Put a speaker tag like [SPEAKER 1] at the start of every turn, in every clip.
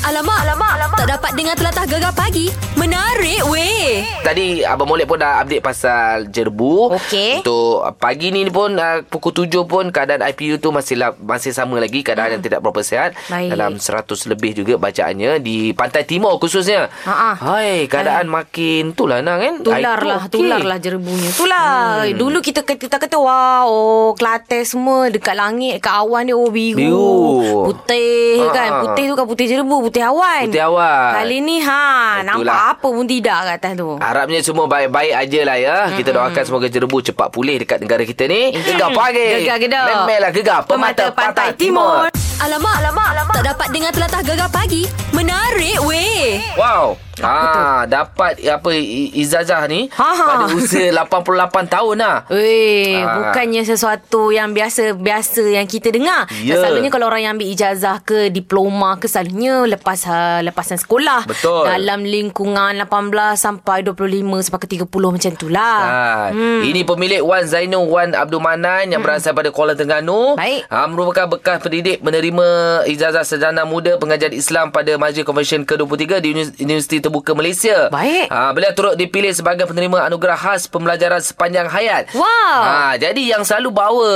[SPEAKER 1] Alamak, alamak, alamak. Tak dapat dengar telatah gegar pagi. Menarik weh.
[SPEAKER 2] Tadi Abang Molek pun dah update pasal jerbu.
[SPEAKER 1] Okey.
[SPEAKER 2] Untuk uh, pagi ni pun uh, pukul 7 pun keadaan IPU tu masih la- masih sama lagi keadaan yang tidak berapa sihat.
[SPEAKER 1] Baik.
[SPEAKER 2] Dalam 100 lebih juga bacaannya di pantai timur khususnya.
[SPEAKER 1] Ha-ha.
[SPEAKER 2] Hai, keadaan makin tular nah kan.
[SPEAKER 3] Tular
[SPEAKER 2] Air tu
[SPEAKER 3] lah
[SPEAKER 2] okey.
[SPEAKER 3] Tular lah jerebunya Tular hmm. Dulu kita kita kata Wah oh, Kelantan semua Dekat langit Dekat awan dia Oh biru,
[SPEAKER 2] Biru.
[SPEAKER 3] Putih
[SPEAKER 2] Ha.
[SPEAKER 3] kan Putih tu kan putih jerebu Putih awan
[SPEAKER 2] Putih awan.
[SPEAKER 3] Kali ni ha
[SPEAKER 2] Itulah.
[SPEAKER 3] Nampak apa pun tidak kat atas tu
[SPEAKER 2] Harapnya semua baik-baik aja lah ya. Kita doakan semoga jerebu cepat pulih dekat negara kita ni. Gegar pagi.
[SPEAKER 3] Gegar Gedor.
[SPEAKER 2] Memelah gegar pemata, pantai, timur.
[SPEAKER 1] Alamak, alamak, alamak. Tak dapat dengar telatah gegar pagi. Menarik weh.
[SPEAKER 2] Wow. Ah, dapat apa i- ijazah ni
[SPEAKER 3] Ha, ha.
[SPEAKER 2] pada usia 88 tahun lah.
[SPEAKER 3] Weh,
[SPEAKER 2] Ah.
[SPEAKER 3] bukannya sesuatu yang biasa-biasa yang kita dengar.
[SPEAKER 2] Ya.
[SPEAKER 3] Selalunya kalau orang yang ambil ijazah ke diploma ke selalunya lepas ha, lepasan sekolah.
[SPEAKER 2] Betul.
[SPEAKER 3] Dalam lingkungan 18 sampai 25 sampai ke 30 macam tu lah.
[SPEAKER 2] Ha. Hmm. Ini pemilik Wan Zainul Wan Abdul Manan yang berasal pada Kuala Terengganu.
[SPEAKER 3] Baik.
[SPEAKER 2] Ha, merupakan bekas pendidik menerima ijazah sarjana muda pengajian Islam pada Majlis Convention ke-23 di Uni- Universiti Terbuka Malaysia.
[SPEAKER 3] Baik.
[SPEAKER 2] Ha, beliau turut dipilih sebagai penerima anugerah khas pembelajaran sepanjang hayat.
[SPEAKER 3] Wow.
[SPEAKER 2] Ha, jadi yang selalu bawa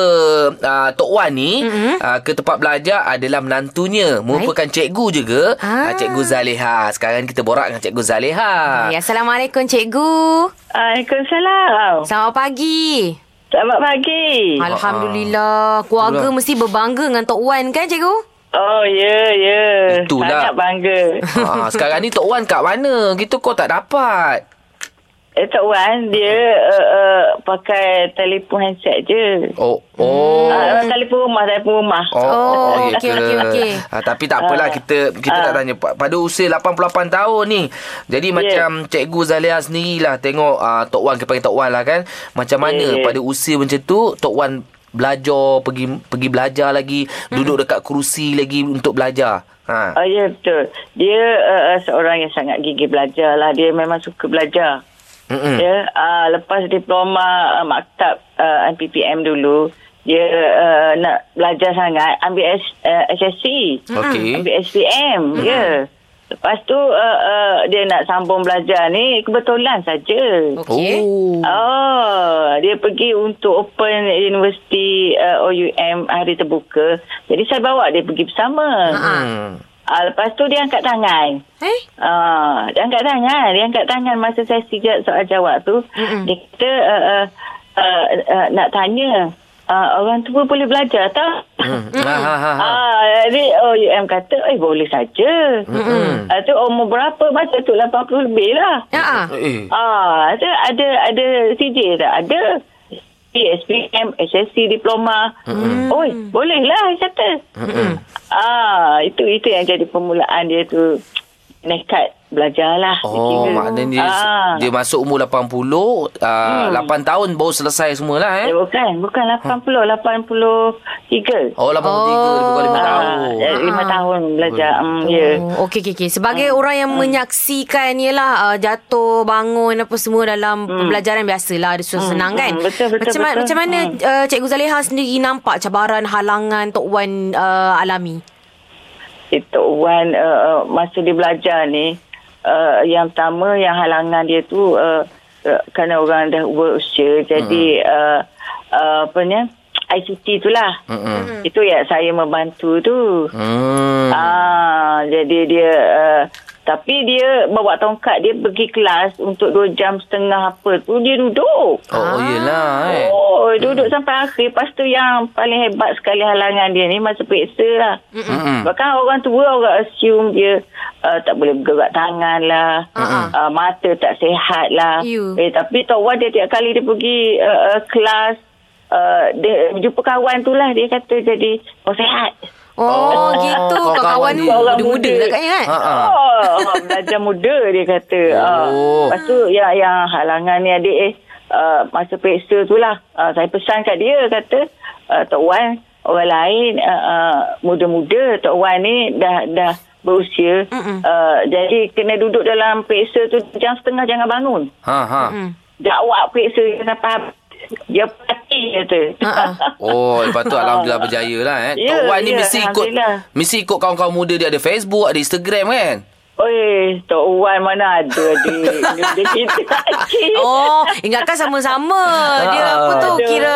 [SPEAKER 2] uh, Tok Wan ni mm-hmm. uh, ke tempat belajar adalah menantunya. Merupakan cikgu juga.
[SPEAKER 3] Ah.
[SPEAKER 2] Ah. Cikgu Zaleha. Sekarang kita borak dengan Cikgu Zaleha.
[SPEAKER 3] Hai, Assalamualaikum cikgu.
[SPEAKER 4] Waalaikumsalam.
[SPEAKER 3] Selamat pagi.
[SPEAKER 4] Selamat pagi.
[SPEAKER 3] Alhamdulillah. Keluarga
[SPEAKER 2] Itulah.
[SPEAKER 3] mesti berbangga dengan Tok Wan kan cikgu?
[SPEAKER 4] Oh, ya, yeah, ya. Yeah.
[SPEAKER 2] Itulah.
[SPEAKER 4] Sangat bangga.
[SPEAKER 2] Ha, sekarang ni Tok Wan kat mana? Kita kau tak dapat.
[SPEAKER 4] eh, Tok Wan, dia uh, uh, pakai telefon handset je.
[SPEAKER 2] Oh, oh.
[SPEAKER 4] Uh, telefon rumah, telefon rumah.
[SPEAKER 2] Oh,
[SPEAKER 3] Hmm. Oh,
[SPEAKER 2] ya
[SPEAKER 3] okey,
[SPEAKER 2] ke?
[SPEAKER 3] okey, okey. Ah,
[SPEAKER 2] Ha, tapi tak apalah kita kita tak tanya Pa- pada usia 88 tahun ni. Jadi macam cikgu Zalia sendirilah tengok uh, Tok Wan kita panggil Tok Wan lah kan. Macam mana
[SPEAKER 4] Ya, ya.
[SPEAKER 2] pada usia macam tu Tok Wan belajar pergi pergi belajar lagi,
[SPEAKER 3] Hmm.
[SPEAKER 2] duduk dekat kerusi lagi untuk belajar. Ha.
[SPEAKER 4] Oh, ya, yeah, betul. Dia uh, uh, seorang yang sangat gigih belajar lah. Dia memang suka belajar.
[SPEAKER 3] Ah,
[SPEAKER 2] Mm-mm.
[SPEAKER 4] Ya, uh, lepas diploma uh, maktab uh, MPPM dulu, dia uh, nak belajar sangat ambil S, uh, HSC.
[SPEAKER 2] Okey.
[SPEAKER 4] Ambil SPM, ya. Lepas tu uh, uh, dia nak sambung belajar ni kebetulan saja.
[SPEAKER 3] Okey.
[SPEAKER 2] Oh.
[SPEAKER 3] Ah.
[SPEAKER 4] Oh, dia pergi untuk Open University uh, OUM hari terbuka. Jadi saya bawa dia pergi bersama.
[SPEAKER 2] Hmm.
[SPEAKER 4] Uh, lepas tu dia angkat tangan.
[SPEAKER 3] Eh?
[SPEAKER 4] Ah, dia angkat tangan. Dia angkat tangan masa saya sijat soal jawab tu.
[SPEAKER 3] Mm-mm.
[SPEAKER 4] Dia kata uh, uh, uh, uh, nak tanya uh, orang tua boleh belajar tak?
[SPEAKER 2] Hmm. Ha ha ha. ha.
[SPEAKER 4] Ah, jadi OUM kata, eh boleh saja. Mm-hmm. Ah, tu umur berapa? Masa tu 80 lebih lah.
[SPEAKER 3] Ya.
[SPEAKER 2] Eh.
[SPEAKER 4] Ah, ada ada ada CJ tak? Ada. SPM, SSC, diploma. Mm-hmm. Oi, boleh lah, saya kata. Mm-hmm. Ah, itu itu yang jadi permulaan dia tu. Nekat belajar lah.
[SPEAKER 2] Oh, maknanya dia,
[SPEAKER 4] Ah. Hmm.
[SPEAKER 2] dia masuk umur 80, uh, 8 tahun baru selesai semualah eh.
[SPEAKER 4] Eh, bukan, bukan 80, 83.
[SPEAKER 2] Oh, 83 oh. lebih kurang 5 tahun.
[SPEAKER 4] Ah, eh, lima tahun belajar. Hmm, ya.
[SPEAKER 3] Oh, okey, okey, okey. Sebagai
[SPEAKER 4] Hmm.
[SPEAKER 3] orang yang menyaksikan ialah uh, jatuh, bangun apa semua dalam pembelajaran biasalah. Ada susah senang
[SPEAKER 4] hmm,
[SPEAKER 3] kan?
[SPEAKER 4] betul, betul,
[SPEAKER 3] macam, ma-
[SPEAKER 4] betul.
[SPEAKER 3] Macam mana
[SPEAKER 4] Hmm.
[SPEAKER 3] uh, Cikgu Zaleha sendiri nampak cabaran, halangan Tok Wan uh, alami?
[SPEAKER 4] Itu Wan uh, uh, masa dia belajar ni uh, yang pertama yang halangan dia tu uh, uh, kerana orang dah berusia jadi uh, uh, apa ni ICT tu lah.
[SPEAKER 2] Mm-mm.
[SPEAKER 4] Itu yang saya membantu tu.
[SPEAKER 2] Hmm.
[SPEAKER 4] Ah jadi dia uh, tapi dia bawa tongkat dia pergi kelas untuk 2 jam setengah apa tu dia duduk.
[SPEAKER 2] Oh, oh, yelah eh.
[SPEAKER 4] Oh, duduk sampai akhir. Lepas tu yang paling hebat sekali halangan dia ni masa periksa lah.
[SPEAKER 2] Mm-mm.
[SPEAKER 4] Bahkan orang tua orang assume dia uh, tak boleh bergerak tangan lah.
[SPEAKER 3] Mm-mm.
[SPEAKER 4] Uh, mata tak sehat lah.
[SPEAKER 3] You.
[SPEAKER 4] Eh, tapi Tok Wan dia tiap kali dia pergi uh, uh, kelas, uh, dia jumpa kawan tu lah. Dia kata jadi, oh sehat.
[SPEAKER 3] Oh,
[SPEAKER 2] Oh,
[SPEAKER 3] gitu. Kawan-kawan
[SPEAKER 2] kawan-kawan dia.
[SPEAKER 3] tu muda-muda lah katnya kan?
[SPEAKER 2] Ha ah.
[SPEAKER 4] Oh, belajar muda dia kata.
[SPEAKER 2] Oh.
[SPEAKER 4] Oh. Lepas tu yang, yang halangan ni adik eh, uh, masa periksa tu lah. Uh, saya pesan kat dia kata, uh, Tok Wan, orang lain uh, uh, muda-muda, Tok Wan ni dah dah berusia.
[SPEAKER 3] Mm-mm.
[SPEAKER 4] Uh, jadi kena duduk dalam periksa tu jam setengah jangan bangun.
[SPEAKER 2] Ha ha.
[SPEAKER 4] Jawab periksa sampai habis. dia pati kata.
[SPEAKER 3] Ha-ha.
[SPEAKER 2] Oh, lepas tu alhamdulillah berjaya lah eh.
[SPEAKER 4] Ya,
[SPEAKER 2] Tok Wan ni
[SPEAKER 4] ya,
[SPEAKER 2] mesti ikut
[SPEAKER 4] alhamdulillah.
[SPEAKER 2] mesti ikut kawan-kawan muda dia ada Facebook, ada Instagram kan?
[SPEAKER 4] Oi, Tok Wan mana ada adik. Dia dia kita.
[SPEAKER 3] Oh, ingatkan sama-sama. Dia
[SPEAKER 2] Ah.
[SPEAKER 3] apa tu
[SPEAKER 4] Aduh.
[SPEAKER 3] kira.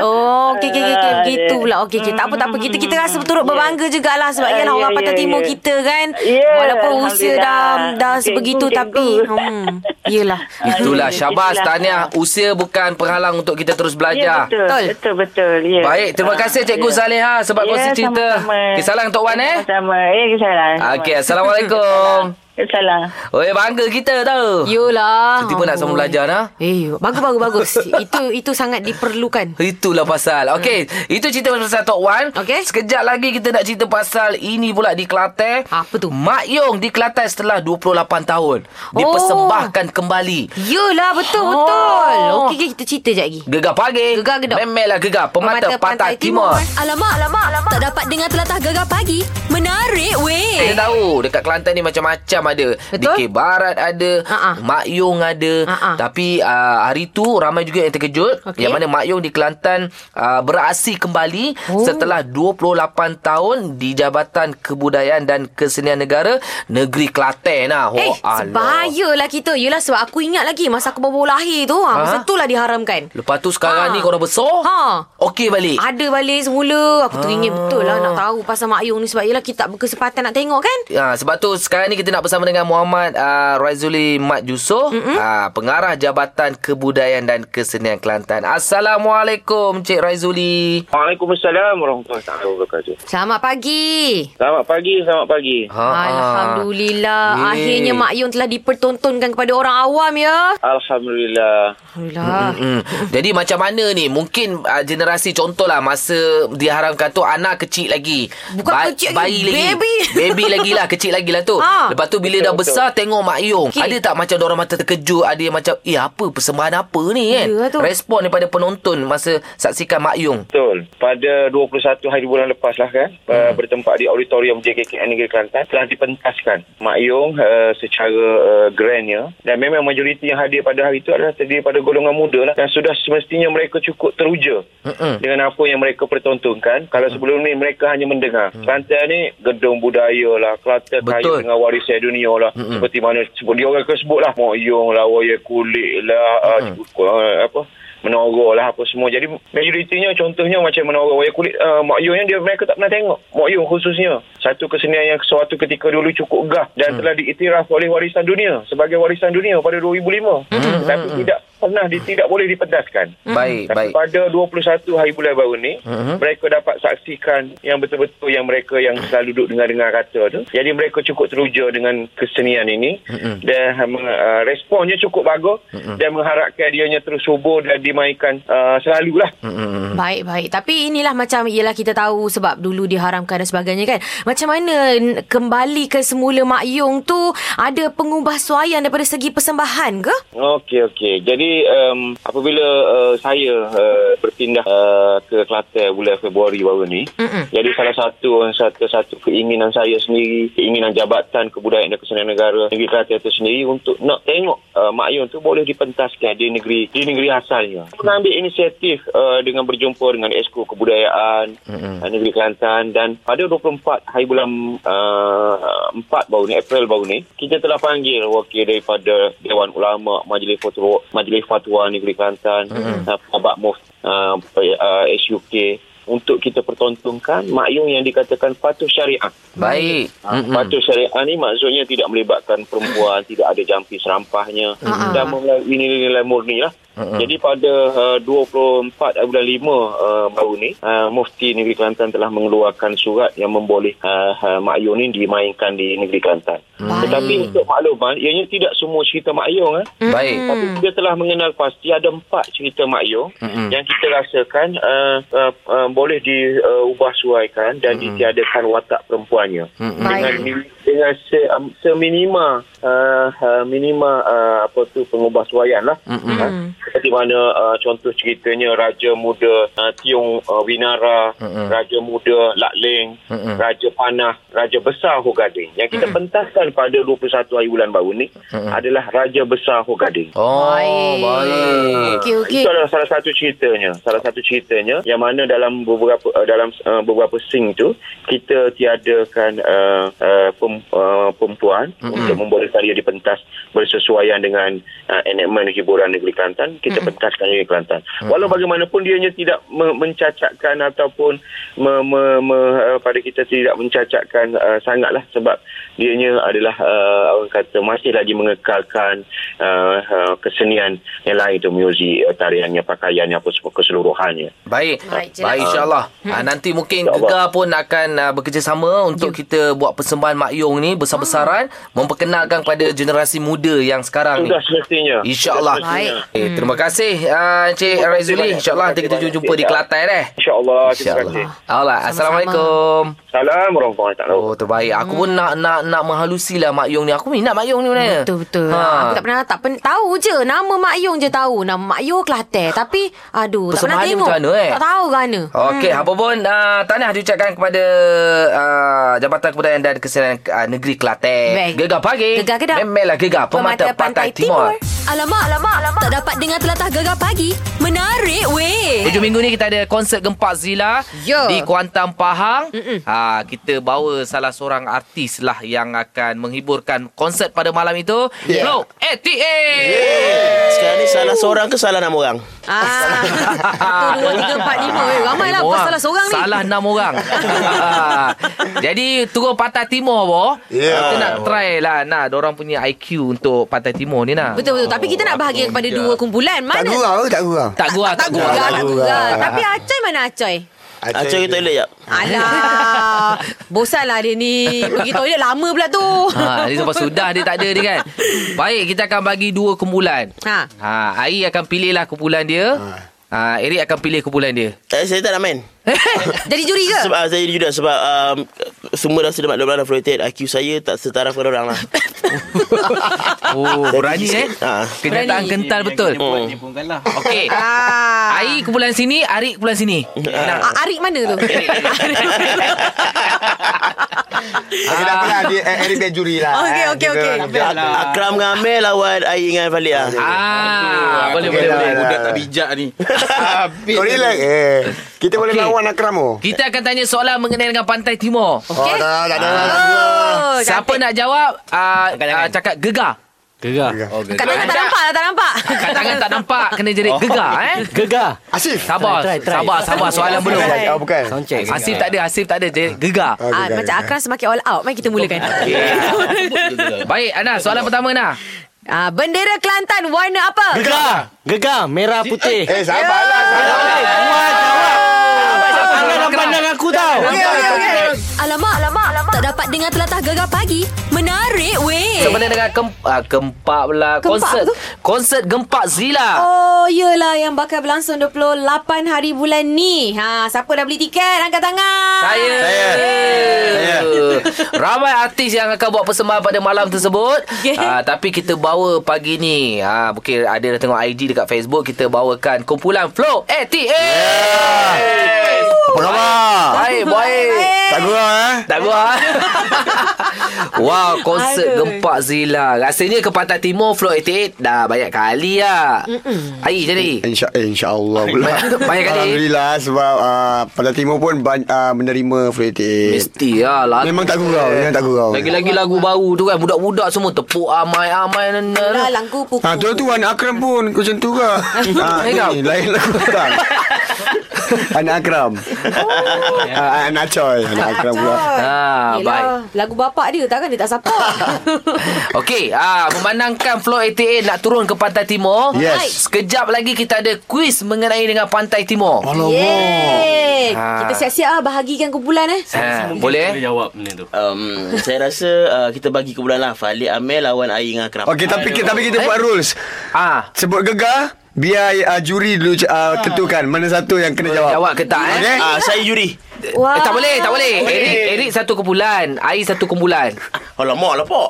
[SPEAKER 3] Oh, okey okey okey
[SPEAKER 4] Ah,
[SPEAKER 3] begitu
[SPEAKER 4] dia.
[SPEAKER 3] pula. Okey okey. Tak apa tak apa. Kita kita rasa turut berbangga jugalah sebab
[SPEAKER 4] Ah,
[SPEAKER 3] ialah
[SPEAKER 4] ya,
[SPEAKER 3] orang
[SPEAKER 4] ya,
[SPEAKER 3] Pantai Timur
[SPEAKER 4] ya.
[SPEAKER 3] kita kan.
[SPEAKER 4] Ya,
[SPEAKER 3] Walaupun usia dah
[SPEAKER 4] Alhamdulillah.
[SPEAKER 3] dah
[SPEAKER 4] Cikgu,
[SPEAKER 3] sebegitu
[SPEAKER 4] cikgu.
[SPEAKER 3] tapi hmm, yalah.
[SPEAKER 4] Ah,
[SPEAKER 2] Itulah
[SPEAKER 4] ya,
[SPEAKER 2] syabas
[SPEAKER 4] itulah.
[SPEAKER 2] tahniah. Usia bukan penghalang untuk kita terus
[SPEAKER 4] Ya,
[SPEAKER 2] belajar.
[SPEAKER 4] betul.
[SPEAKER 3] Betul.
[SPEAKER 4] Betul, betul. Ya.
[SPEAKER 2] Baik, terima
[SPEAKER 4] Ah,
[SPEAKER 2] kasih Cikgu
[SPEAKER 4] ya.
[SPEAKER 2] Zaleha sebab
[SPEAKER 4] Ya,
[SPEAKER 2] kongsi cerita.
[SPEAKER 4] sama-sama.
[SPEAKER 2] Kisah lang Tok Wan eh.
[SPEAKER 4] Sama-sama. Eh, kesalahan.
[SPEAKER 2] Okey, Assalamualaikum.
[SPEAKER 4] Kesalahan.
[SPEAKER 2] Oi, Oh, bangga kita tau.
[SPEAKER 3] Yalah.
[SPEAKER 2] Tiba-tiba nak sama
[SPEAKER 3] Amboi.
[SPEAKER 2] belajar dah.
[SPEAKER 3] Eh, bagus bagus bagus. itu itu sangat diperlukan.
[SPEAKER 2] Itulah pasal. Okey, itu cerita pasal Tok Wan.
[SPEAKER 3] Hmm. Okey.
[SPEAKER 2] Sekejap lagi kita nak cerita pasal ini pula di Kelantan.
[SPEAKER 3] Apa tu?
[SPEAKER 2] Mak Yong di Kelantan setelah 28 tahun.
[SPEAKER 3] Oh.
[SPEAKER 2] Dipersembahkan kembali.
[SPEAKER 3] Yalah betul
[SPEAKER 4] Oh.
[SPEAKER 3] betul. Okey okey, kita cerita je lagi.
[SPEAKER 2] Gegar pagi.
[SPEAKER 3] Gegar gedok.
[SPEAKER 2] Memelah gegar.
[SPEAKER 3] Pemata
[SPEAKER 2] Pemata, Pantai,
[SPEAKER 3] Pantai Timur.
[SPEAKER 2] Timur.
[SPEAKER 1] Alamak, alamak, alamak. Tak dapat dengar telatah gegar pagi. Menarik,
[SPEAKER 2] Kita
[SPEAKER 1] weh.
[SPEAKER 2] tahu dekat Kelantan ni macam-macam ada.
[SPEAKER 3] Eh. Betul?
[SPEAKER 2] Dikir Barat ada,
[SPEAKER 3] Ha-ha.
[SPEAKER 2] Mak Yong ada.
[SPEAKER 3] Ha-ha.
[SPEAKER 2] Tapi uh, hari tu ramai juga yang terkejut
[SPEAKER 3] Okey.
[SPEAKER 2] yang mana Mak Yong di Kelantan uh, beraksi kembali
[SPEAKER 3] Oh.
[SPEAKER 2] setelah 28 tahun di Jabatan Kebudayaan dan Kesenian Negara Negeri Kelantan lah.
[SPEAKER 3] Eh,
[SPEAKER 2] alah.
[SPEAKER 3] sebahayalah kita. Yalah sebab aku ingat lagi masa aku baru lahir tu. Ha, masa
[SPEAKER 2] Ha?
[SPEAKER 3] tu lah diharamkan.
[SPEAKER 2] Lepas tu sekarang
[SPEAKER 3] Ha.
[SPEAKER 2] ni korang besar.
[SPEAKER 3] Ha.
[SPEAKER 2] Okey balik.
[SPEAKER 3] Ada balik semula. Aku teringin betul lah nak tahu pasal Mak Yung ni. Sebab yelah kita tak berkesempatan nak tengok kan.
[SPEAKER 2] Ya, sebab tu sekarang ni kita nak bersama dengan Muhammad uh, Raizuli Mat Yusof, uh, pengarah Jabatan Kebudayaan dan Kesenian Kelantan. Assalamualaikum Cik Raizuli.
[SPEAKER 5] Waalaikumsalam warahmatullahi taala wabarakatuh.
[SPEAKER 3] Selamat pagi.
[SPEAKER 5] Selamat pagi, selamat pagi.
[SPEAKER 2] Ha,
[SPEAKER 3] Alhamdulillah.
[SPEAKER 2] Eh.
[SPEAKER 3] Akhirnya Mak Yung telah dipertontonkan kepada orang awam ya.
[SPEAKER 5] Alhamdulillah.
[SPEAKER 3] Alhamdulillah.
[SPEAKER 2] Hmm. Jadi macam mana ni? Mungkin uh, generasi contohlah masa diharamkan tu anak kecil lagi.
[SPEAKER 3] Bukan kecil lagi,
[SPEAKER 2] bayi lagi.
[SPEAKER 3] baby.
[SPEAKER 2] Baby lagi lah, kecil lagi lah tu.
[SPEAKER 3] Ha.
[SPEAKER 2] Lepas tu bila dah
[SPEAKER 5] Betul,
[SPEAKER 2] besar tengok Mak Yong.
[SPEAKER 3] Okey.
[SPEAKER 2] Ada tak macam orang mata terkejut, ada yang macam, "Eh, apa persembahan apa ni?" kan.
[SPEAKER 3] Yalah Ya tu.
[SPEAKER 2] Respon daripada penonton masa saksikan Mak Yong.
[SPEAKER 5] Betul. Pada 21 hari bulan lepas lah kan, hmm. bertempat di auditorium JKKN Negeri Kelantan telah dipentaskan Mak Yong uh, secara uh, grandnya dan memang majoriti yang hadir pada hari itu adalah terdiri pada golongan muda lah dan sudah semestinya mereka cukup teruja
[SPEAKER 2] Mm-mm.
[SPEAKER 5] dengan apa yang mereka pertontonkan. Kalau sebelum ni mereka hanya mendengar. Kelantan ni gedung budaya lah, Kelantan kaya
[SPEAKER 2] Mm. Betul.
[SPEAKER 5] dengan dengan warisan dunia lah mm-hmm. seperti mana sebut dia orang ke sebut lah Mok Yong lah Waya Kulit lah mm-hmm. uh, apa Menoro lah apa semua jadi majoritinya contohnya macam Menoro Waya Kulit uh, Mok Yong ni dia mereka tak pernah tengok Mok Yong khususnya satu kesenian yang suatu ketika dulu cukup gah dan mm. telah diiktiraf oleh warisan dunia sebagai warisan dunia pada 2005 mm-hmm. tetapi tidak pernah di, tidak boleh dipedaskan
[SPEAKER 3] Hmm.
[SPEAKER 2] Baik, baik.
[SPEAKER 5] tapi
[SPEAKER 2] Mhm.
[SPEAKER 5] pada 21 hari bulan baru ni, uh-huh. mereka dapat saksikan yang betul-betul yang mereka yang selalu duduk dengar-dengar kata tu. Jadi mereka cukup teruja dengan kesenian ini
[SPEAKER 2] Mhm.
[SPEAKER 5] uh-huh. dan uh, responnya cukup bagus uh-huh. dan mengharapkan dianya terus subur dan dimainkan uh, selalulah.
[SPEAKER 2] Mm-mm.
[SPEAKER 3] Baik baik tapi inilah macam ialah kita tahu sebab dulu diharamkan dan sebagainya kan. Macam mana n- kembali ke semula Mak Yung tu ada pengubah suaian daripada segi persembahan ke?
[SPEAKER 5] Okey okey. Jadi um, apabila uh, saya uh, berpindah uh, ke Kelantan bulan Februari baru ni,
[SPEAKER 3] Mm-mm.
[SPEAKER 5] jadi salah satu satu satu keinginan saya sendiri, keinginan Jabatan Kebudayaan dan Kesenian Negara Negeri Kelantan itu sendiri untuk nak tengok uh, Mak Yun tu boleh dipentaskan di negeri di negeri asalnya. Mengambil inisiatif uh, dengan berjumpa dengan Esko Kebudayaan uh, Negeri Kelantan dan pada 24 hari bulan uh, 4 baru ni April baru ni kita telah panggil wakil daripada Dewan Ulama Majlis Fatwa Majlis Fatwa Negeri Kelantan mm-hmm. uh, Abang Mufti uh, uh, SUK untuk kita pertontonkan makyung yang dikatakan patuh syariah.
[SPEAKER 2] Baik.
[SPEAKER 5] Mm-hmm.
[SPEAKER 2] Mm-mm.
[SPEAKER 5] Patuh syariah ni maksudnya tidak melibatkan perempuan, tidak ada jampi serampahnya
[SPEAKER 3] Mm-mm.
[SPEAKER 5] mm-hmm. dan melalui nilai-nilai murni lah. Mm-hmm. Jadi pada uh, 24 bulan 5 uh, baru ni, uh, Mufti Negeri Kelantan telah mengeluarkan surat yang memboleh uh, uh, makyung ni dimainkan di Negeri Kelantan.
[SPEAKER 3] Baik.
[SPEAKER 5] Tetapi untuk makluman, ianya tidak semua cerita makyung eh.
[SPEAKER 2] Baik.
[SPEAKER 5] Tapi kita telah mengenal pasti ada empat cerita Mak Yong
[SPEAKER 2] Mm-mm.
[SPEAKER 5] yang kita rasakan uh, uh, eh, uh, boleh diubah uh, ubah suaikan dan mm-hmm. ditiadakan watak perempuannya.
[SPEAKER 2] Mm-mm.
[SPEAKER 5] Dengan,
[SPEAKER 3] Baik.
[SPEAKER 5] nil- dengan se, um, seminima uh, uh, minima uh, apa tu pengubahsuaian lah. Mm-hmm. Ha? Seperti mana uh, contoh ceritanya Raja Muda uh, Tiong uh, Winara, mm-hmm. Raja Muda Lakling, mm-hmm. Raja Panah, Raja Besar Hogading. Yang kita mm-hmm. pentaskan pada 21 hari bulan baru ni mm-hmm. adalah Raja Besar Hogading.
[SPEAKER 2] Oh,
[SPEAKER 3] Baik.
[SPEAKER 2] baik. baik.
[SPEAKER 3] Okey, okey.
[SPEAKER 5] Ah, Itu adalah salah satu ceritanya. Salah satu ceritanya yang mana dalam beberapa uh, dalam uh, beberapa sing tu kita tiadakan uh, uh, pem, uh, perempuan mm-hmm. untuk membolehkan dia dipentas bersesuaian dengan uh, enakmen hiburan negeri Kelantan. Kita mm-hmm. pentaskan negeri Kelantan. Mm-hmm. Walau bagaimanapun dianya tidak me- mencacatkan ataupun me- me- me- uh, pada kita tidak mencacatkan uh, sangatlah sebab dianya adalah uh, orang kata masih lagi mengekalkan uh, uh, kesenian yang lain tu muzik uh, tariannya pakaiannya apa semua keseluruhannya
[SPEAKER 2] Baik.
[SPEAKER 3] Baik, lah.
[SPEAKER 2] Baik,
[SPEAKER 3] Cik Lam.
[SPEAKER 2] insyaAllah. Ha, nanti mungkin
[SPEAKER 5] InsyaAllah.
[SPEAKER 2] Gegar pun akan uh,
[SPEAKER 5] Ya.
[SPEAKER 2] bekerjasama untuk kita buat persembahan Mak Yong ni besar-besaran. Memperkenalkan kepada generasi muda yang sekarang
[SPEAKER 5] Ah. sudah
[SPEAKER 2] ni.
[SPEAKER 5] semestinya
[SPEAKER 2] InsyaAllah.
[SPEAKER 5] Sudah semestinya.
[SPEAKER 2] Eh,
[SPEAKER 3] Hmm.
[SPEAKER 2] terima kasih uh, Encik
[SPEAKER 5] kasih
[SPEAKER 2] Raizuli.
[SPEAKER 5] banyak.
[SPEAKER 2] InsyaAllah nanti
[SPEAKER 5] Terima
[SPEAKER 2] kita
[SPEAKER 5] kasih
[SPEAKER 2] jumpa di
[SPEAKER 5] banyak.
[SPEAKER 2] Kelantan eh.
[SPEAKER 5] insyaallah terima kasih
[SPEAKER 2] InsyaAllah. Alright. Assalamualaikum.
[SPEAKER 5] salam warahmatullahi taala
[SPEAKER 2] Oh, terbaik. Aku pun nak nak nak menghalusi lah Mak Yong ni. Aku minat Mak Yong ni sebenarnya.
[SPEAKER 3] Hmm. Betul betul. Ha. Aku tak pernah tak pen, tahu je nama Mak Yong je tahu. Nama Mak Yong Kelantan tapi aduh tak pernah
[SPEAKER 2] Persembahan dia
[SPEAKER 3] tengok.
[SPEAKER 2] macam mana, eh?
[SPEAKER 3] Tak tahu kerana.
[SPEAKER 2] Okey, hmm. apa pun uh, tahniah diucapkan kepada uh, Jabatan Kebudayaan dan Kesenian uh, Negeri Kelantan.
[SPEAKER 3] Baik.
[SPEAKER 2] Gegar pagi.
[SPEAKER 3] Gegar Kedah.
[SPEAKER 2] Memelah gegar pemata, pantai, timur. timur.
[SPEAKER 1] Alamak, alamak, alamak. Tak dapat dengar telatah gegar pagi. Menarik weh.
[SPEAKER 2] Hujung minggu ni kita ada konsert Gempak Zila
[SPEAKER 3] Ya.
[SPEAKER 2] di Kuantan Pahang. Ha, kita bawa salah seorang artis lah yang akan menghiburkan konsert pada malam itu. Yeah. Flow ATA.
[SPEAKER 6] Sekarang ni salah seorang ke salah enam orang?
[SPEAKER 3] Ah. 1 2 3 4 5. Eh, ramai lah
[SPEAKER 2] Lima
[SPEAKER 3] bukan
[SPEAKER 2] orang.
[SPEAKER 3] salah seorang ni.
[SPEAKER 2] Salah enam orang Jadi turun Pantai Timur boh.
[SPEAKER 6] Ya.
[SPEAKER 2] Kita nak try lah Nah orang punya IQ Untuk Pantai Timur ni nah
[SPEAKER 3] Betul betul. Tapi kita nak bahagia kepada dua kumpulan.
[SPEAKER 7] Tak
[SPEAKER 3] Mana?
[SPEAKER 7] gurau ke tak gurau?
[SPEAKER 2] Tak gurau
[SPEAKER 3] Tak gurau,
[SPEAKER 7] Tak
[SPEAKER 3] tak
[SPEAKER 7] gurau.
[SPEAKER 3] gurau. Tapi Acoy mana Acoy?
[SPEAKER 2] Ah,
[SPEAKER 6] Acah kita ya? toilet jap.
[SPEAKER 3] Alah. Bosanlah dia ni. Pergi toilet lama pula tu.
[SPEAKER 2] Ha, dia sampai sudah dia tak ada ni kan. Baik, kita akan bagi dua kumpulan.
[SPEAKER 3] Ha.
[SPEAKER 2] Ha, Ari akan pilihlah kumpulan dia. Ha, Eric akan pilih kumpulan dia.
[SPEAKER 6] Eh, saya tak nak main.
[SPEAKER 3] Jadi juri ke?
[SPEAKER 6] Sebab ah, saya juda sebab um, semua dah sedang maklum dah floated. IQ saya tak setara dengan orang lah.
[SPEAKER 2] Oh, berani eh.
[SPEAKER 6] Ha.
[SPEAKER 2] Kenyataan
[SPEAKER 3] Berani.
[SPEAKER 2] kental betul.
[SPEAKER 6] Oh.
[SPEAKER 2] Okey.
[SPEAKER 3] Ah.
[SPEAKER 2] Ari kumpulan sini, Ari kumpulan sini.
[SPEAKER 6] Ha.
[SPEAKER 3] Ah, Arik mana tu?
[SPEAKER 7] Okey, tak apalah. Dia, eh, Eric biar juri lah.
[SPEAKER 3] Okey, okey, okey.
[SPEAKER 6] Ak- Akram dengan Amir lawan Ayi dengan Falia.
[SPEAKER 2] Ah, boleh boleh
[SPEAKER 7] Okeylah.
[SPEAKER 2] boleh.
[SPEAKER 7] Budak tak
[SPEAKER 8] bijak ni.
[SPEAKER 7] Kau relax. Eh. Kita boleh
[SPEAKER 2] Okey.
[SPEAKER 7] lawan Akramo.
[SPEAKER 2] Kita akan tanya soalan mengenai dengan Pantai Timur.
[SPEAKER 7] Oh, dah, tak ada.
[SPEAKER 3] Oh,
[SPEAKER 2] Siapa
[SPEAKER 3] cantik.
[SPEAKER 2] nak jawab ah, ah, cakap gegar.
[SPEAKER 3] Ah.
[SPEAKER 8] Gegar.
[SPEAKER 7] Oh,
[SPEAKER 8] gegar.
[SPEAKER 3] Kat tangan tak nampak lah, tak nampak.
[SPEAKER 2] Kat tangan tak nampak kena jerit gegar eh.
[SPEAKER 8] Oh. Gegar.
[SPEAKER 7] Asif.
[SPEAKER 2] Sabar,
[SPEAKER 8] Try, try, try.
[SPEAKER 2] sabar, sabar soalan belum.
[SPEAKER 7] Bukan, Oh, bukan.
[SPEAKER 8] Sound check.
[SPEAKER 2] Asif tak ada, Asif tak ada jerit gegar.
[SPEAKER 7] Okey,
[SPEAKER 3] Ah,
[SPEAKER 7] okey,
[SPEAKER 3] macam
[SPEAKER 7] okey.
[SPEAKER 3] Akram semakin all out. Mari kita mulakan.
[SPEAKER 2] Baik, Ana, soalan pertama Ana.
[SPEAKER 3] Ah, bendera Kelantan warna apa?
[SPEAKER 8] Gegar. Gegar merah putih.
[SPEAKER 7] Eh, sabarlah.
[SPEAKER 3] Ya.
[SPEAKER 7] sabarlah.
[SPEAKER 8] Jangan pandang aku tau.
[SPEAKER 1] Alamak, alamak, alamak. Tak dapat dengar telatah gegar pagi. Menarik weh.
[SPEAKER 2] Sebenarnya dengan kem, ah, kempak pula
[SPEAKER 3] Kempak
[SPEAKER 2] konsert.
[SPEAKER 3] tu?
[SPEAKER 2] Konsert gempak Zila.
[SPEAKER 3] Oh, yelah yang bakal berlangsung 28 hari bulan ni. Ha, siapa dah beli tiket? Angkat tangan.
[SPEAKER 2] Saya. Saya. Ramai artis yang akan buat persembahan pada malam tersebut.
[SPEAKER 3] Yeah.
[SPEAKER 2] Ah, tapi kita bawa pagi ni. Ah, mungkin ada yang tengok IG dekat Facebook kita bawakan kumpulan Flow ATA.
[SPEAKER 7] Apa khabar?
[SPEAKER 2] Baik, baik.
[SPEAKER 7] Tak gurau, eh?
[SPEAKER 2] Tak gua. wow, konsert
[SPEAKER 3] Aduh.
[SPEAKER 2] gempak Zila. Rasanya ke Pantai Timur Flow 88 dah banyak kali lah. Ai jadi.
[SPEAKER 7] Insya, eh, InsyaAllah pula
[SPEAKER 2] Banyak- banyak kali.
[SPEAKER 7] Alhamdulillah Sebab uh, Pada timur pun ban, uh, Menerima Fluid
[SPEAKER 2] Mesti lah lah.
[SPEAKER 7] Memang tak gurau Memang tak gurau
[SPEAKER 2] Lagi-lagi lagu baru tu kan Budak-budak semua tepuk amai-amai nan- nan-
[SPEAKER 3] Lah,
[SPEAKER 2] nan.
[SPEAKER 3] langku puku.
[SPEAKER 7] Ha tu tu anak akram pun Macam tu ke ha, ni, Lain lagu kan Anak akram Ah, Anak coy Anak akram pula
[SPEAKER 2] Ah,
[SPEAKER 3] Ah,
[SPEAKER 2] baik.
[SPEAKER 3] Yelah, lagu bapak dia takkan dia tak support.
[SPEAKER 2] Okey, ah memandangkan Flow 88 nak turun ke Pantai Timur.
[SPEAKER 7] Yes.
[SPEAKER 2] Sekejap lagi kita ada kuis mengenai dengan Pantai Timur.
[SPEAKER 7] Oh,
[SPEAKER 2] Ha,
[SPEAKER 3] Yeay.
[SPEAKER 2] Ah.
[SPEAKER 3] Kita siap-siap ah bahagikan kumpulan eh.
[SPEAKER 2] Ah, boleh? eh?
[SPEAKER 8] jawab benda tu.
[SPEAKER 6] Um, saya rasa uh, kita bagi ke bulan lah. Falia Amir lawan Ayi dengan Akram.
[SPEAKER 7] Okey tapi, kita- tapi kita buat rules
[SPEAKER 2] Ah,
[SPEAKER 7] Sebut gegar ah, Biar uh, juri dulu uh, tentukan Mana satu yang kena jawab
[SPEAKER 2] jawab ke tak eh?
[SPEAKER 7] Okey
[SPEAKER 6] Ah, saya juri.
[SPEAKER 2] Eh, tak
[SPEAKER 3] Wah.
[SPEAKER 2] boleh, tak boleh. Erik, Erik satu kumpulan. Air satu kumpulan.
[SPEAKER 6] Alamak lah pak